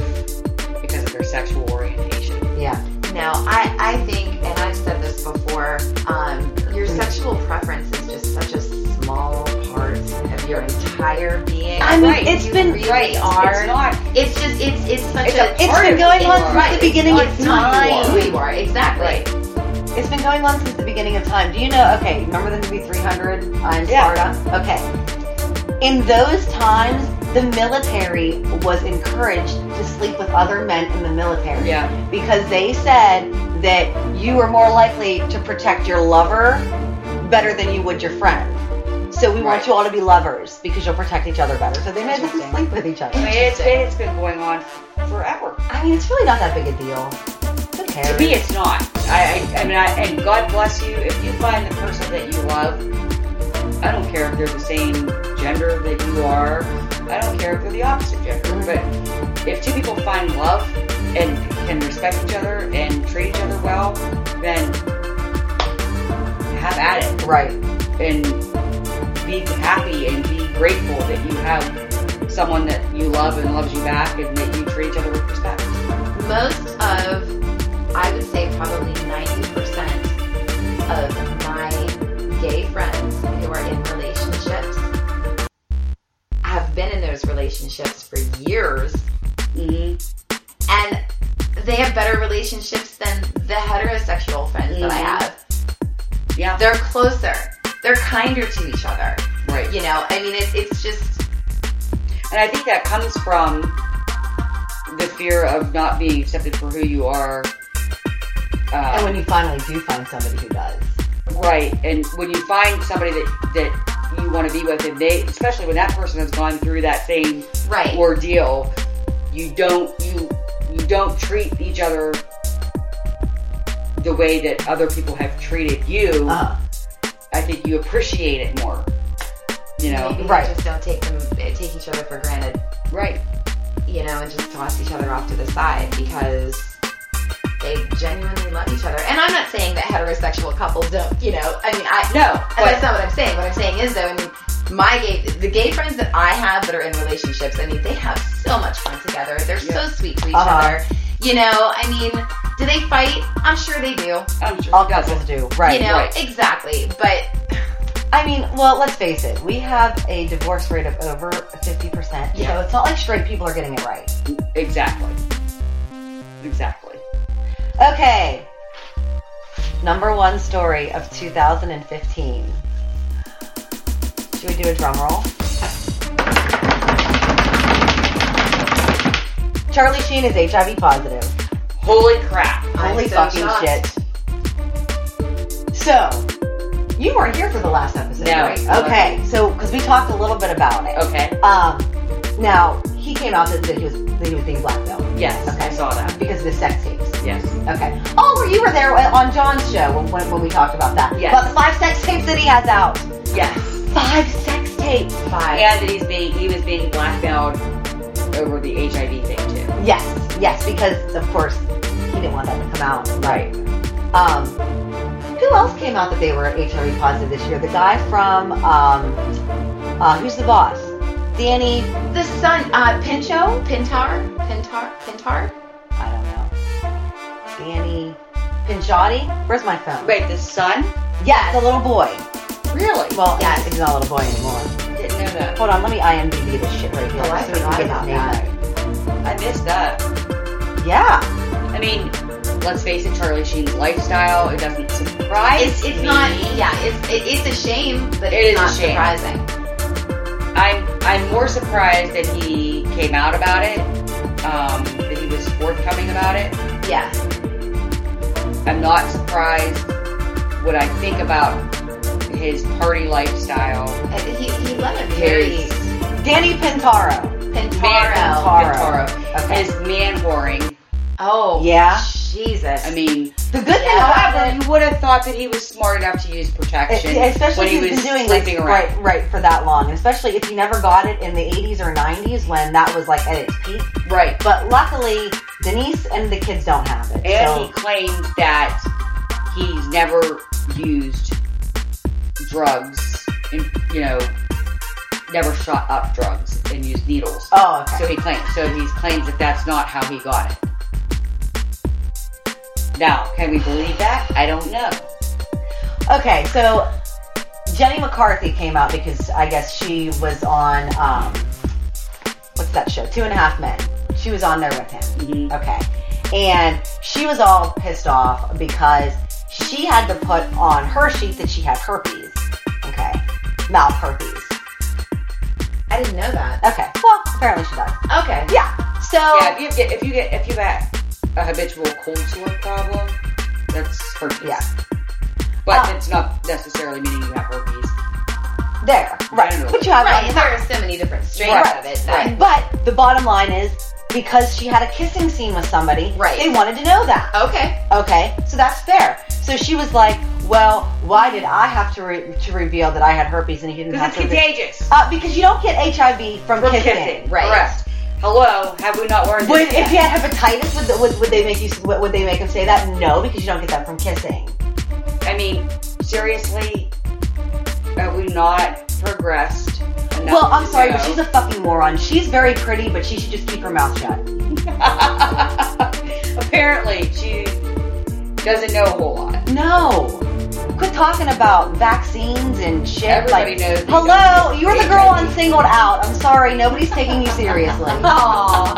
Speaker 9: because of their sexual orientation.
Speaker 5: yeah
Speaker 8: Now, I, I think, and I've said this before, um, your sexual preference is just such a small part of your entire being.
Speaker 5: I mean,
Speaker 8: Right.
Speaker 5: it's
Speaker 8: You
Speaker 5: been-
Speaker 8: really
Speaker 5: right.
Speaker 8: are.
Speaker 9: It's not.
Speaker 8: It's just it's it's such
Speaker 9: It's
Speaker 8: a,
Speaker 9: a-
Speaker 8: part
Speaker 5: it's been
Speaker 8: of
Speaker 5: going
Speaker 8: who
Speaker 5: on
Speaker 8: you
Speaker 5: since
Speaker 8: are.
Speaker 5: the beginning
Speaker 8: Oh,
Speaker 5: of
Speaker 8: it's not
Speaker 5: time.
Speaker 8: who you are exactly.
Speaker 9: Right.
Speaker 5: it's been going on since the beginning of time do you know okay remember the movie 300 i'm
Speaker 9: Yeah.
Speaker 5: sparta okay in those times the military was encouraged to sleep with other men in the military
Speaker 9: Yeah,
Speaker 5: because they said that you were more likely to protect your lover better than you would your friend. So we want
Speaker 9: Right.
Speaker 5: you all to be lovers because you'll protect each other better. So they made them
Speaker 8: Interesting.
Speaker 5: sleep with each
Speaker 9: I mean,
Speaker 5: other.
Speaker 9: it's, it's been going on forever.
Speaker 5: I mean, it's really not that big a deal. Who cares?
Speaker 9: To me, it's not. I, I, I mean, I, and God bless you if you find the person that you love. I don't care if they're the same gender that you are. I don't care if they're the opposite gender. But if two people find love and can respect each other and treat each other well, then have at it
Speaker 5: right.
Speaker 9: and be happy and be grateful that you have someone that you love and loves you back and that you treat each other with respect.
Speaker 8: Most of, I would say probably 90% of my gay friends who are in relationships have been in those relationships for years
Speaker 9: Mm-hmm.
Speaker 8: and they have better relationships than the heterosexual friends that I
Speaker 5: Mm-hmm.
Speaker 8: have.
Speaker 9: Yeah.
Speaker 8: They're closer, they're kinder to each other.
Speaker 9: Right.
Speaker 8: You know, I mean, it's, it's just,
Speaker 9: And I think that comes from the fear of not being accepted for who you are. Uh,
Speaker 5: And when you finally do find somebody who does,
Speaker 9: right. And when you find somebody that, that you want to be with, and they, especially when that person has gone through that same
Speaker 8: right.
Speaker 9: ordeal, you don't you you don't treat each other the way that other people have treated you.
Speaker 5: uh,
Speaker 9: I think you appreciate it more. You know,
Speaker 8: Maybe
Speaker 5: Right.
Speaker 8: Just don't take them, take each other for granted.
Speaker 9: right?
Speaker 8: you know, and just toss each other off to the side because they genuinely love each other. And I'm not saying that heterosexual couples don't, you know, I mean, I,
Speaker 9: No,
Speaker 8: and
Speaker 9: but
Speaker 8: that's not what I'm saying. What I'm saying is, though, I mean, my gay, the gay friends that I have that are in relationships, I mean, they have so much fun together. They're so sweet to each
Speaker 5: Uh-huh.
Speaker 8: other. You know, I mean, do they fight? I'm sure they do.
Speaker 9: I'm sure
Speaker 5: all
Speaker 9: it doesn't.
Speaker 5: couples do. Right.
Speaker 8: you know,
Speaker 9: right.
Speaker 8: exactly. But
Speaker 5: I mean, well, let's face it. We have a divorce rate of over 50%. So
Speaker 8: Yeah.
Speaker 5: it's not like straight people are getting it right.
Speaker 9: Exactly. Exactly.
Speaker 5: Okay. Number one story of 2015. Should we do a drum roll? Charlie Sheen is HIV positive.
Speaker 9: Holy crap.
Speaker 8: I'm
Speaker 5: Holy
Speaker 8: so
Speaker 5: fucking
Speaker 8: shocked.
Speaker 5: shit. So, you weren't here for the last episode,
Speaker 9: No,
Speaker 5: right?
Speaker 9: I wasn't.
Speaker 5: Okay, so, because we talked a little bit about it.
Speaker 9: Okay.
Speaker 5: Um, now, he came out that, that, he was, that he was being blackmailed
Speaker 9: Yes, I
Speaker 5: Okay.
Speaker 9: saw that.
Speaker 5: because of his sex tapes.
Speaker 9: Yes.
Speaker 5: Okay. Oh, well, you were there on John's show when, when, when we talked about that.
Speaker 9: Yes.
Speaker 5: About the five sex tapes that he has out.
Speaker 9: Yes.
Speaker 5: Five sex tapes.
Speaker 8: five.
Speaker 9: And that he's being he was being blackmailed over the HIV thing too.
Speaker 5: Yes. Yes, because of course he didn't want that to come out.
Speaker 9: Right.
Speaker 5: Um, who else came out that they were HIV positive this year? The guy from um, uh, who's the boss? Danny.
Speaker 8: The son, uh, Pincho, Pintar, Pintar, Pintar.
Speaker 5: I don't know. Danny Pinchotti. Where's my phone?
Speaker 9: Wait, the son?
Speaker 5: Yeah, the little boy.
Speaker 9: Really? Well,
Speaker 5: Well,
Speaker 8: Yes.
Speaker 5: he's not a little boy anymore.
Speaker 9: didn't know that.
Speaker 5: Hold on, let me IMDb this shit right here.
Speaker 8: Oh, I
Speaker 5: so we can
Speaker 8: forgot
Speaker 5: get his
Speaker 8: about that.
Speaker 5: name
Speaker 9: I
Speaker 5: right.
Speaker 9: missed that.
Speaker 5: Yeah.
Speaker 9: I mean, let's face it, Charlie Sheen's lifestyle, it doesn't surprise
Speaker 8: It's, it's
Speaker 9: me.
Speaker 8: not, yeah, it's, it, it's a shame, but
Speaker 9: It
Speaker 8: it's
Speaker 9: is a
Speaker 8: not
Speaker 9: shame.
Speaker 8: surprising.
Speaker 9: I'm I'm more surprised that he came out about it. Um, that he was forthcoming about it.
Speaker 8: Yeah.
Speaker 9: I'm not surprised when I think about his party lifestyle.
Speaker 8: Uh, He, he led a very
Speaker 9: His
Speaker 5: Danny Pintaro.
Speaker 8: Pintaro.
Speaker 9: man Pintaro.
Speaker 5: Okay.
Speaker 9: His man whoring.
Speaker 8: Oh,
Speaker 5: Yeah.
Speaker 8: sh- Jesus.
Speaker 9: I mean,
Speaker 5: The good thing,
Speaker 9: however,
Speaker 5: however,
Speaker 9: you would have thought that he was smart enough to use protection,
Speaker 5: E, especially
Speaker 9: when
Speaker 5: if
Speaker 9: he
Speaker 5: he's
Speaker 9: was
Speaker 5: been doing
Speaker 9: sleeping
Speaker 5: this
Speaker 9: around.
Speaker 5: right, right for that long, and especially if he never got it in the 80s or 90s when that was like at its peak.
Speaker 9: Right.
Speaker 5: But luckily, Denise and the kids don't have it.
Speaker 9: And
Speaker 5: so-
Speaker 9: he claimed that he's never used drugs, and you know, never shot up drugs and used needles.
Speaker 5: oh, okay.
Speaker 9: So he claims. So he claims that that's not how he got it. Now, can we believe that? I don't know.
Speaker 5: Okay, so Jenny McCarthy came out because I guess she was on um, what's that show? Two and a Half Men. She was on there with him.
Speaker 8: Mm-hmm.
Speaker 9: Mhm.
Speaker 5: Okay, and she was all pissed off because she had to put on her sheet that she had herpes. Okay, mouth herpes.
Speaker 8: I didn't know that.
Speaker 5: Okay, well apparently she does.
Speaker 8: Okay.
Speaker 5: Yeah. So
Speaker 9: Yeah, if you get if you get if you have a habitual cold sore problem, that's herpes.
Speaker 5: Yeah.
Speaker 9: But
Speaker 5: Ah.
Speaker 9: it's not necessarily meaning you have herpes.
Speaker 5: there, right?
Speaker 9: Generally.
Speaker 5: But you have
Speaker 8: Right,
Speaker 5: on
Speaker 8: and
Speaker 5: top.
Speaker 8: there are so many different strains
Speaker 5: Right,
Speaker 8: of it. That
Speaker 9: right.
Speaker 5: But the bottom line is because she had a kissing scene with somebody,
Speaker 8: Right. Oh.
Speaker 5: they wanted to know that.
Speaker 8: Okay.
Speaker 5: Okay, so that's fair. So she was like, "Well, why did I have to re- to reveal that I had herpes and he didn't
Speaker 9: Because
Speaker 5: have
Speaker 9: it's
Speaker 5: to?" re-
Speaker 9: contagious.
Speaker 5: uh, because you don't get HIV from,
Speaker 9: From
Speaker 5: kissing,
Speaker 9: kissing,
Speaker 8: right.
Speaker 9: Correct. Hello, have we not learned
Speaker 5: Would,
Speaker 9: this? yet?
Speaker 5: if you had hepatitis, would, the- would, would they make you would, would they make him say that? No, because you don't get that from kissing.
Speaker 9: I mean, seriously, have we not progressed? Enough
Speaker 5: well, I'm
Speaker 9: to
Speaker 5: sorry,
Speaker 9: know?
Speaker 5: but she's a fucking moron. She's very pretty, but she should just keep her mouth shut.
Speaker 9: Apparently, she doesn't know a whole lot.
Speaker 5: No. Quit talking about vaccines and shit.
Speaker 9: Everybody
Speaker 5: like,
Speaker 9: knows you
Speaker 5: hello,
Speaker 9: don't
Speaker 5: you're the
Speaker 9: get
Speaker 5: girl
Speaker 9: HIV.
Speaker 5: on Singled Out. I'm sorry, nobody's taking you seriously.
Speaker 9: Oh.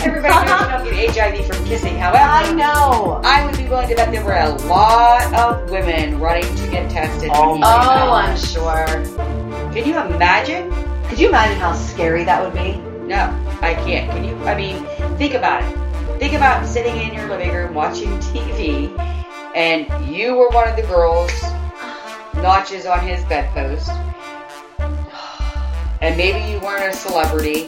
Speaker 9: Everybody knows you don't get HIV from kissing. However,
Speaker 5: I know.
Speaker 9: I would be willing to bet there were a lot of women running to get tested.
Speaker 5: Oh
Speaker 9: when he
Speaker 5: my
Speaker 9: came
Speaker 8: Oh,
Speaker 9: out.
Speaker 8: I'm sure.
Speaker 9: Can you imagine?
Speaker 5: Could you imagine how scary that would be?
Speaker 9: No, I can't. Can you? I mean, think about it. Think about sitting in your living room watching TV, and you were one of the girls notches on his bedpost, and maybe you weren't a celebrity.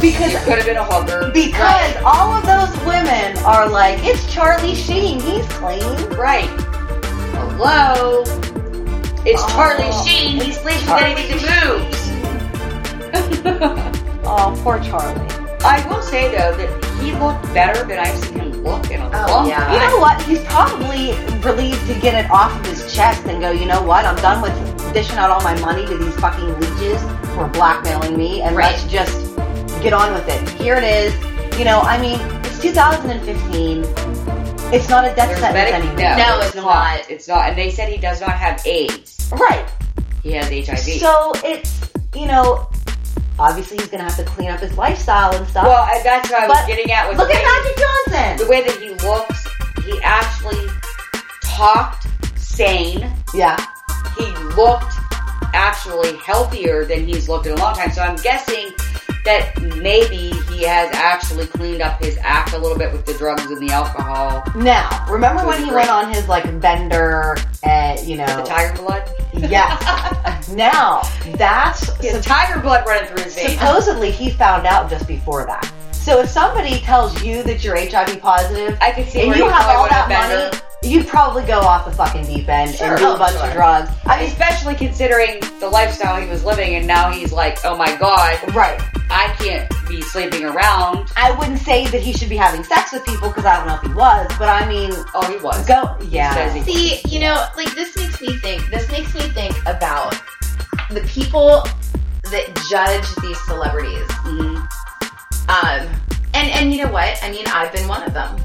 Speaker 5: Because
Speaker 9: You could have been a hugger.
Speaker 5: because all of those women are like, it's Charlie Sheen, he's clean.
Speaker 9: Right. Hello. It's
Speaker 5: Oh.
Speaker 9: Charlie Sheen. He's sleeping with
Speaker 5: Charlie
Speaker 9: anything that moves.
Speaker 5: Oh, poor Charlie.
Speaker 9: I will say though that he looked better than I've seen him look in a
Speaker 8: Oh,
Speaker 9: long
Speaker 8: yeah.
Speaker 5: You
Speaker 9: time.
Speaker 5: know what? He's probably relieved to get it off of his chest and go, you know what? I'm done with dishing out all my money to these fucking leeches who are blackmailing me, and
Speaker 8: Right.
Speaker 5: let's just get on with it. Here it is. You know, I mean, it's 2015. It's not a death
Speaker 9: There's
Speaker 5: sentence
Speaker 9: medic-
Speaker 5: anymore.
Speaker 9: no,
Speaker 8: No,
Speaker 9: it's,
Speaker 8: it's
Speaker 9: not.
Speaker 8: not.
Speaker 9: It's not. And they said he does not have AIDS.
Speaker 5: Right.
Speaker 9: He has HIV.
Speaker 5: So it's, you know, obviously he's going to have to clean up his lifestyle and stuff.
Speaker 9: well, I, that's what I was
Speaker 5: But
Speaker 9: getting at with
Speaker 5: Look
Speaker 9: the,
Speaker 5: at
Speaker 9: way,
Speaker 5: Magic
Speaker 9: the
Speaker 5: Johnson.
Speaker 9: way that he looks. He actually talked sane.
Speaker 5: Yeah.
Speaker 9: He looked actually healthier than he's looked in a long time. So I'm guessing that maybe he has actually cleaned up his act a little bit with the drugs and the alcohol.
Speaker 5: Now, remember
Speaker 9: It was
Speaker 5: when he
Speaker 9: great.
Speaker 5: went on his like bender, uh, you know,
Speaker 9: The tiger blood.
Speaker 5: Yes. now that's
Speaker 9: He has tiger blood running through his veins.
Speaker 5: supposedly he found out just before that. So if somebody tells you that you're HIV positive
Speaker 9: I could see
Speaker 5: and
Speaker 9: where
Speaker 5: you
Speaker 9: he
Speaker 5: have
Speaker 9: probably
Speaker 5: all
Speaker 9: would have
Speaker 5: that
Speaker 9: been
Speaker 5: money, you'd probably go off the fucking deep end
Speaker 8: Sure.
Speaker 5: and do
Speaker 8: Oh,
Speaker 5: a bunch
Speaker 8: sure.
Speaker 5: of drugs. I mean,
Speaker 9: especially considering the lifestyle he was living and now he's like oh my god
Speaker 5: right.
Speaker 9: i can't be sleeping around
Speaker 5: I wouldn't say that he should be having sex with people because I don't know if he was, but I mean,
Speaker 9: oh he was
Speaker 5: go.
Speaker 9: says
Speaker 5: Yeah.
Speaker 9: he-
Speaker 8: See, you know, like this makes me think. This makes me think about the people that judge these celebrities.
Speaker 5: Mm-hmm.
Speaker 9: Mhm.
Speaker 8: Um, and and you know what? I mean, I've been one of them.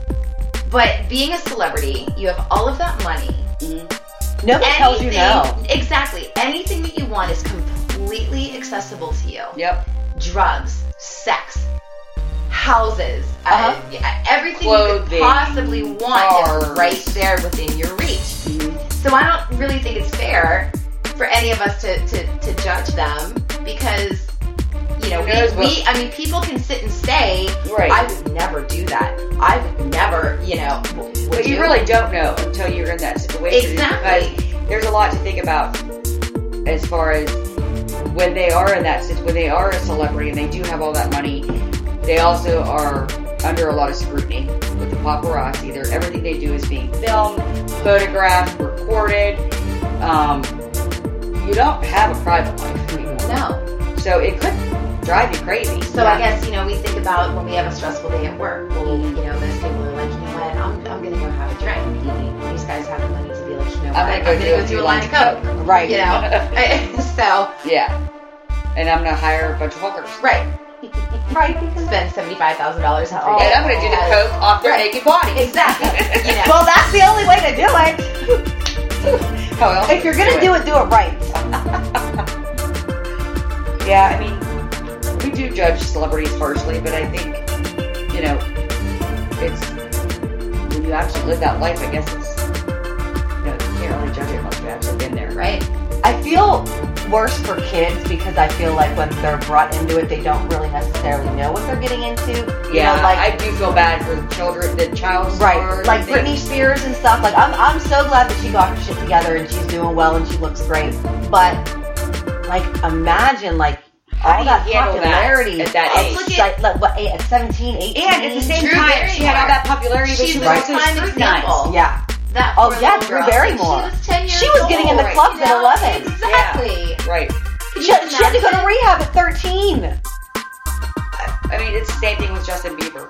Speaker 8: But being a celebrity, you have all of that money.
Speaker 5: Mm-hmm. Nobody tells you no.
Speaker 8: exactly. Anything that you want is completely accessible to you.
Speaker 9: yep
Speaker 8: Drugs, sex, houses, uh
Speaker 5: Uh-huh.
Speaker 8: everything you
Speaker 9: Clothing,
Speaker 8: could possibly want
Speaker 9: cars.
Speaker 8: is right there within your reach. So I don't really think it's fair for any of us to, to, to judge them because, you know,
Speaker 9: Who knows
Speaker 8: we,
Speaker 9: what-
Speaker 8: we, I mean, people can sit and say,
Speaker 9: Right.
Speaker 8: I would never do that. I would never, you know, w- would
Speaker 9: but you really don't know until you're in that situation
Speaker 8: Exactly.
Speaker 9: because there's a lot to think about as far as when they are in that sit- when they are a celebrity and they do have all that money they also are under a lot of scrutiny with the paparazzi. They're, everything they do is being filmed, photographed, recorded. Um, you don't have a private life anymore.
Speaker 8: No.
Speaker 9: So it could drive you crazy.
Speaker 8: So I guess, you know, we think about when we have a stressful day at work. Well, you know, most people are like, you know what, I'm, I'm going to go have a drink. These guys have the money to be like, you know what,
Speaker 9: I'm gonna go
Speaker 8: I'm going
Speaker 9: do a
Speaker 8: to go do
Speaker 9: few
Speaker 8: a line of
Speaker 9: lines of
Speaker 8: Coke.
Speaker 9: Coke. Right.
Speaker 8: You know? so,
Speaker 9: Yeah. And I'm gonna hire a bunch of hookers.
Speaker 8: right. Right. Spend $75,000 on
Speaker 5: Oh,
Speaker 9: And I'm gonna do the coke off their naked body.
Speaker 8: Exactly. You know.
Speaker 5: Well, that's the only way to do it.
Speaker 9: How else?
Speaker 5: If you're gonna do it, do it right.
Speaker 9: Yeah, I mean, we do judge celebrities harshly, but I think, you know, it's when you actually live that life, I guess it's, you know, you can't really judge it unless you've actually been there, right?
Speaker 8: right?
Speaker 5: I feel worse for kids because I feel like when they're brought into it, they don't really necessarily know what they're getting into. You
Speaker 9: Yeah,
Speaker 5: know, like
Speaker 9: I do feel bad for the children, the child
Speaker 5: right,
Speaker 9: stars,
Speaker 5: like
Speaker 9: they-
Speaker 5: Britney Spears and stuff. Like I'm, I'm so glad that she got her shit together and she's doing well and she looks great. But like, imagine like
Speaker 9: How
Speaker 5: all
Speaker 9: do you
Speaker 5: that
Speaker 9: handle that
Speaker 5: popularity
Speaker 9: at that
Speaker 5: of
Speaker 9: age?
Speaker 5: such- Like, what, eight, at 17, 18?
Speaker 9: And at the same
Speaker 8: Drew
Speaker 9: time, she had all that popularity, but
Speaker 8: She's
Speaker 9: she was
Speaker 8: a
Speaker 9: also
Speaker 8: prime
Speaker 9: scrutinized.
Speaker 8: example.
Speaker 5: yeah,
Speaker 8: That
Speaker 5: Oh,
Speaker 8: poor
Speaker 5: yeah,
Speaker 8: little
Speaker 5: Drew
Speaker 8: girl. Like,
Speaker 5: Barrymore.
Speaker 8: She was 10 years
Speaker 5: She was getting in the
Speaker 8: old,
Speaker 5: clubs
Speaker 8: you
Speaker 5: at
Speaker 8: know?
Speaker 5: 11.
Speaker 8: Exactly.
Speaker 9: Right.
Speaker 8: Can
Speaker 5: she,
Speaker 8: you
Speaker 5: she had to go to
Speaker 8: imagine?
Speaker 5: rehab at 13.
Speaker 9: I mean, it's the same thing with Justin Bieber.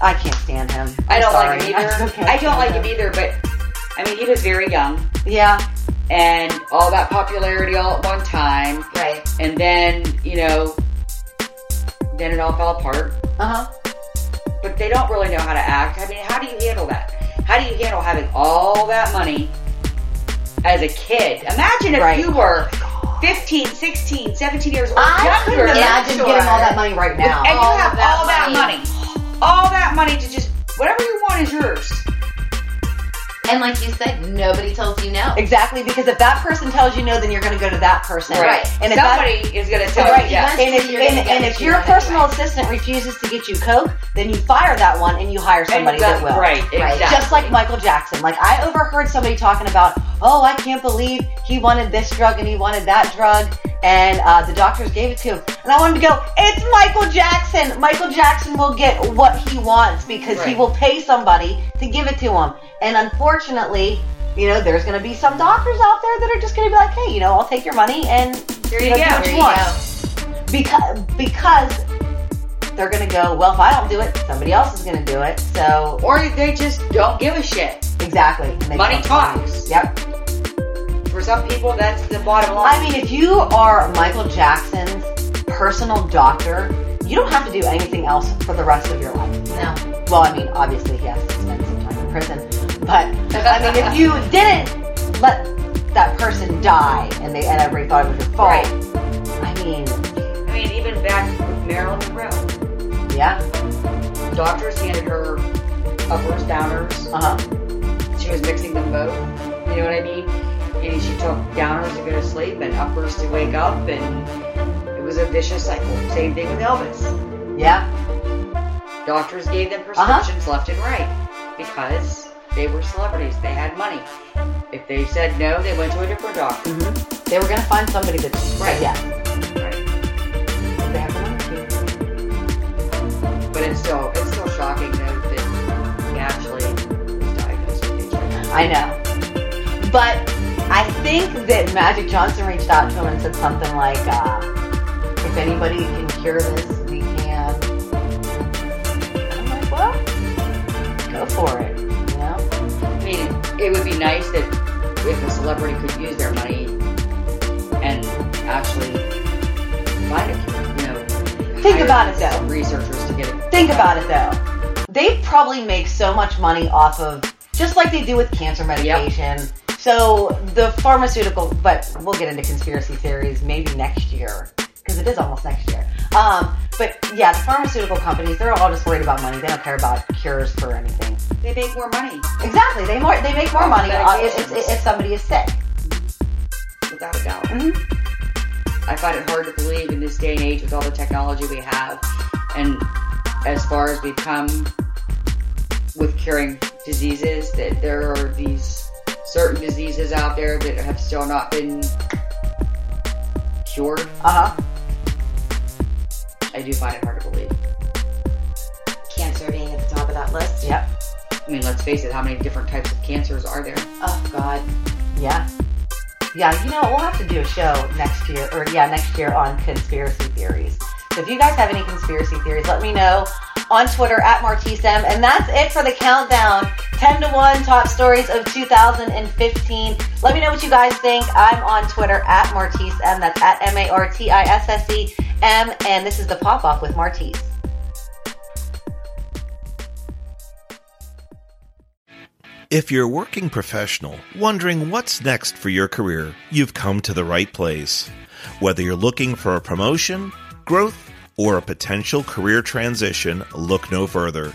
Speaker 5: I can't stand him.
Speaker 9: I
Speaker 5: I'm
Speaker 9: don't
Speaker 5: sorry.
Speaker 9: like him either.
Speaker 5: I, can't
Speaker 9: I don't
Speaker 5: stand
Speaker 9: like him either, but I mean, he was very young.
Speaker 5: Yeah,
Speaker 9: and all that popularity all at one time.
Speaker 8: Right.
Speaker 9: And then, you know, then it all fell apart.
Speaker 5: uh huh.
Speaker 9: But they don't really know how to act. I mean, how do you handle that? How do you handle having all that money as a kid? Imagine if
Speaker 5: Right.
Speaker 9: you were 15, 16, 17 years old,
Speaker 8: I couldn't
Speaker 9: younger,
Speaker 8: imagine
Speaker 5: Imagine getting all that money right now.
Speaker 9: and you
Speaker 8: all
Speaker 9: have
Speaker 8: of that
Speaker 9: all that money.
Speaker 8: money.
Speaker 9: All that money to just, whatever you want is yours.
Speaker 8: And like you said, nobody tells you no.
Speaker 5: Exactly, because if that person tells you no, then you're going to go to that person.
Speaker 8: Right.
Speaker 5: And if that,
Speaker 9: Somebody is going to tell
Speaker 5: right,
Speaker 9: you yes.
Speaker 5: and if,
Speaker 8: You're gonna
Speaker 5: and,
Speaker 8: get
Speaker 5: and
Speaker 8: what
Speaker 5: if
Speaker 8: you
Speaker 5: your
Speaker 8: want
Speaker 5: personal
Speaker 8: anyway.
Speaker 5: assistant refuses to get you coke, then you fire that one and you hire somebody that will.
Speaker 9: Right, exactly.
Speaker 5: Just like Michael Jackson. Like I overheard somebody talking about, oh, I can't believe he wanted this drug and he wanted that drug, and uh, the doctors gave it to him. And I wanted to go, it's Michael Jackson. Michael Jackson will get what he wants because he
Speaker 9: Right.
Speaker 5: will pay somebody to give it to him. And unfortunately. You know, there's going to be some doctors out there that are just going to be like, hey, you know, I'll take your money and
Speaker 9: Here
Speaker 5: you
Speaker 9: you
Speaker 5: know, do
Speaker 9: go.
Speaker 5: what
Speaker 8: There
Speaker 5: you
Speaker 8: you
Speaker 5: want
Speaker 8: go.
Speaker 5: because because they're gonna go well if i don't do it somebody else is gonna do it so
Speaker 9: Or they just don't give a shit.
Speaker 5: exactly And they
Speaker 9: Money
Speaker 5: don't-
Speaker 9: talks.
Speaker 5: yep
Speaker 9: For some people, that's the bottom
Speaker 5: i
Speaker 9: line.
Speaker 5: mean if you are michael jackson's personal doctor you don't have to do anything else for the rest of your life
Speaker 8: No.
Speaker 5: well i mean obviously he has to spend some time in prison but i mean if you didn't let that person die and they and everybody thought it was your fault
Speaker 9: Right.
Speaker 5: i mean
Speaker 9: I mean, even back with Marilyn Monroe,
Speaker 5: yeah
Speaker 9: doctors handed her uppers, downers.
Speaker 5: uh-huh
Speaker 9: She was mixing them both. You know what I mean? And she took downers to go to sleep and uppers to wake up, and it was a vicious cycle. Same thing with Elvis.
Speaker 5: yeah
Speaker 9: Doctors gave
Speaker 5: Uh-huh.
Speaker 9: them prescriptions left and right because they were celebrities. They had money. If they said no, they went to a different doctor.
Speaker 5: Mm-hmm. they were gonna find somebody that's
Speaker 9: Right.
Speaker 5: yeah
Speaker 9: Right?
Speaker 5: they have the money to.
Speaker 9: But it's still it's still shocking though that he actually was diagnosed with HIV.
Speaker 5: I know. But I think that Magic Johnson reached out to him and said something like, uh, if anybody can cure this, we can. And I'm like, well, go for it. You know?
Speaker 9: I mean, it would be nice that if a celebrity could use their money and actually find a cure, you know.
Speaker 5: Think
Speaker 9: hire
Speaker 5: about it,
Speaker 9: some
Speaker 5: though.
Speaker 9: Researchers to get it.
Speaker 5: Think about it though. They probably make so much money off of, just like they do with cancer medication. So the pharmaceutical, but we'll get into conspiracy theories maybe next year because it is almost next year. Um, but yeah, the pharmaceutical companies, they're all just worried about money. They don't care about cures for anything.
Speaker 9: They make more money
Speaker 5: Exactly. They more they make more money uh, if, if, if somebody is sick.
Speaker 9: without a doubt. Mm-hmm. I find it hard to believe in this day and age with all the technology we have and as far as we've come with curing diseases that there are these certain diseases out there that have still not been cured.
Speaker 5: Uh huh.
Speaker 9: I do find it hard to believe.
Speaker 8: Cancer being a
Speaker 5: that list. Yep.
Speaker 9: I mean, let's face it, how many different types of cancers are there?
Speaker 5: Oh God. Yeah. Yeah. You know, we'll have to do a show next year, or yeah, next year on conspiracy theories. So if you guys have any conspiracy theories, let me know on Twitter at MartiseM. And that's it for the countdown. 10 to 1 top stories of 2015. Let me know what you guys think. I'm on Twitter at MartiseM. That's at M A R T I S S E M. And this is the pop off with Martise.
Speaker 10: If you're a working professional wondering what's next for your career, you've come to the right place. Whether you're looking for a promotion, growth, or a potential career transition, look no further.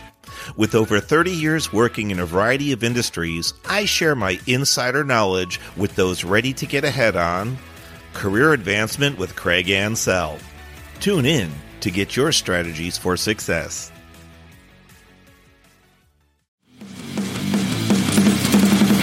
Speaker 10: With over 30 years working in a variety of industries, I share my insider knowledge with those ready to get ahead on Career Advancement with Craig Ansell. Tune in to get your strategies for success.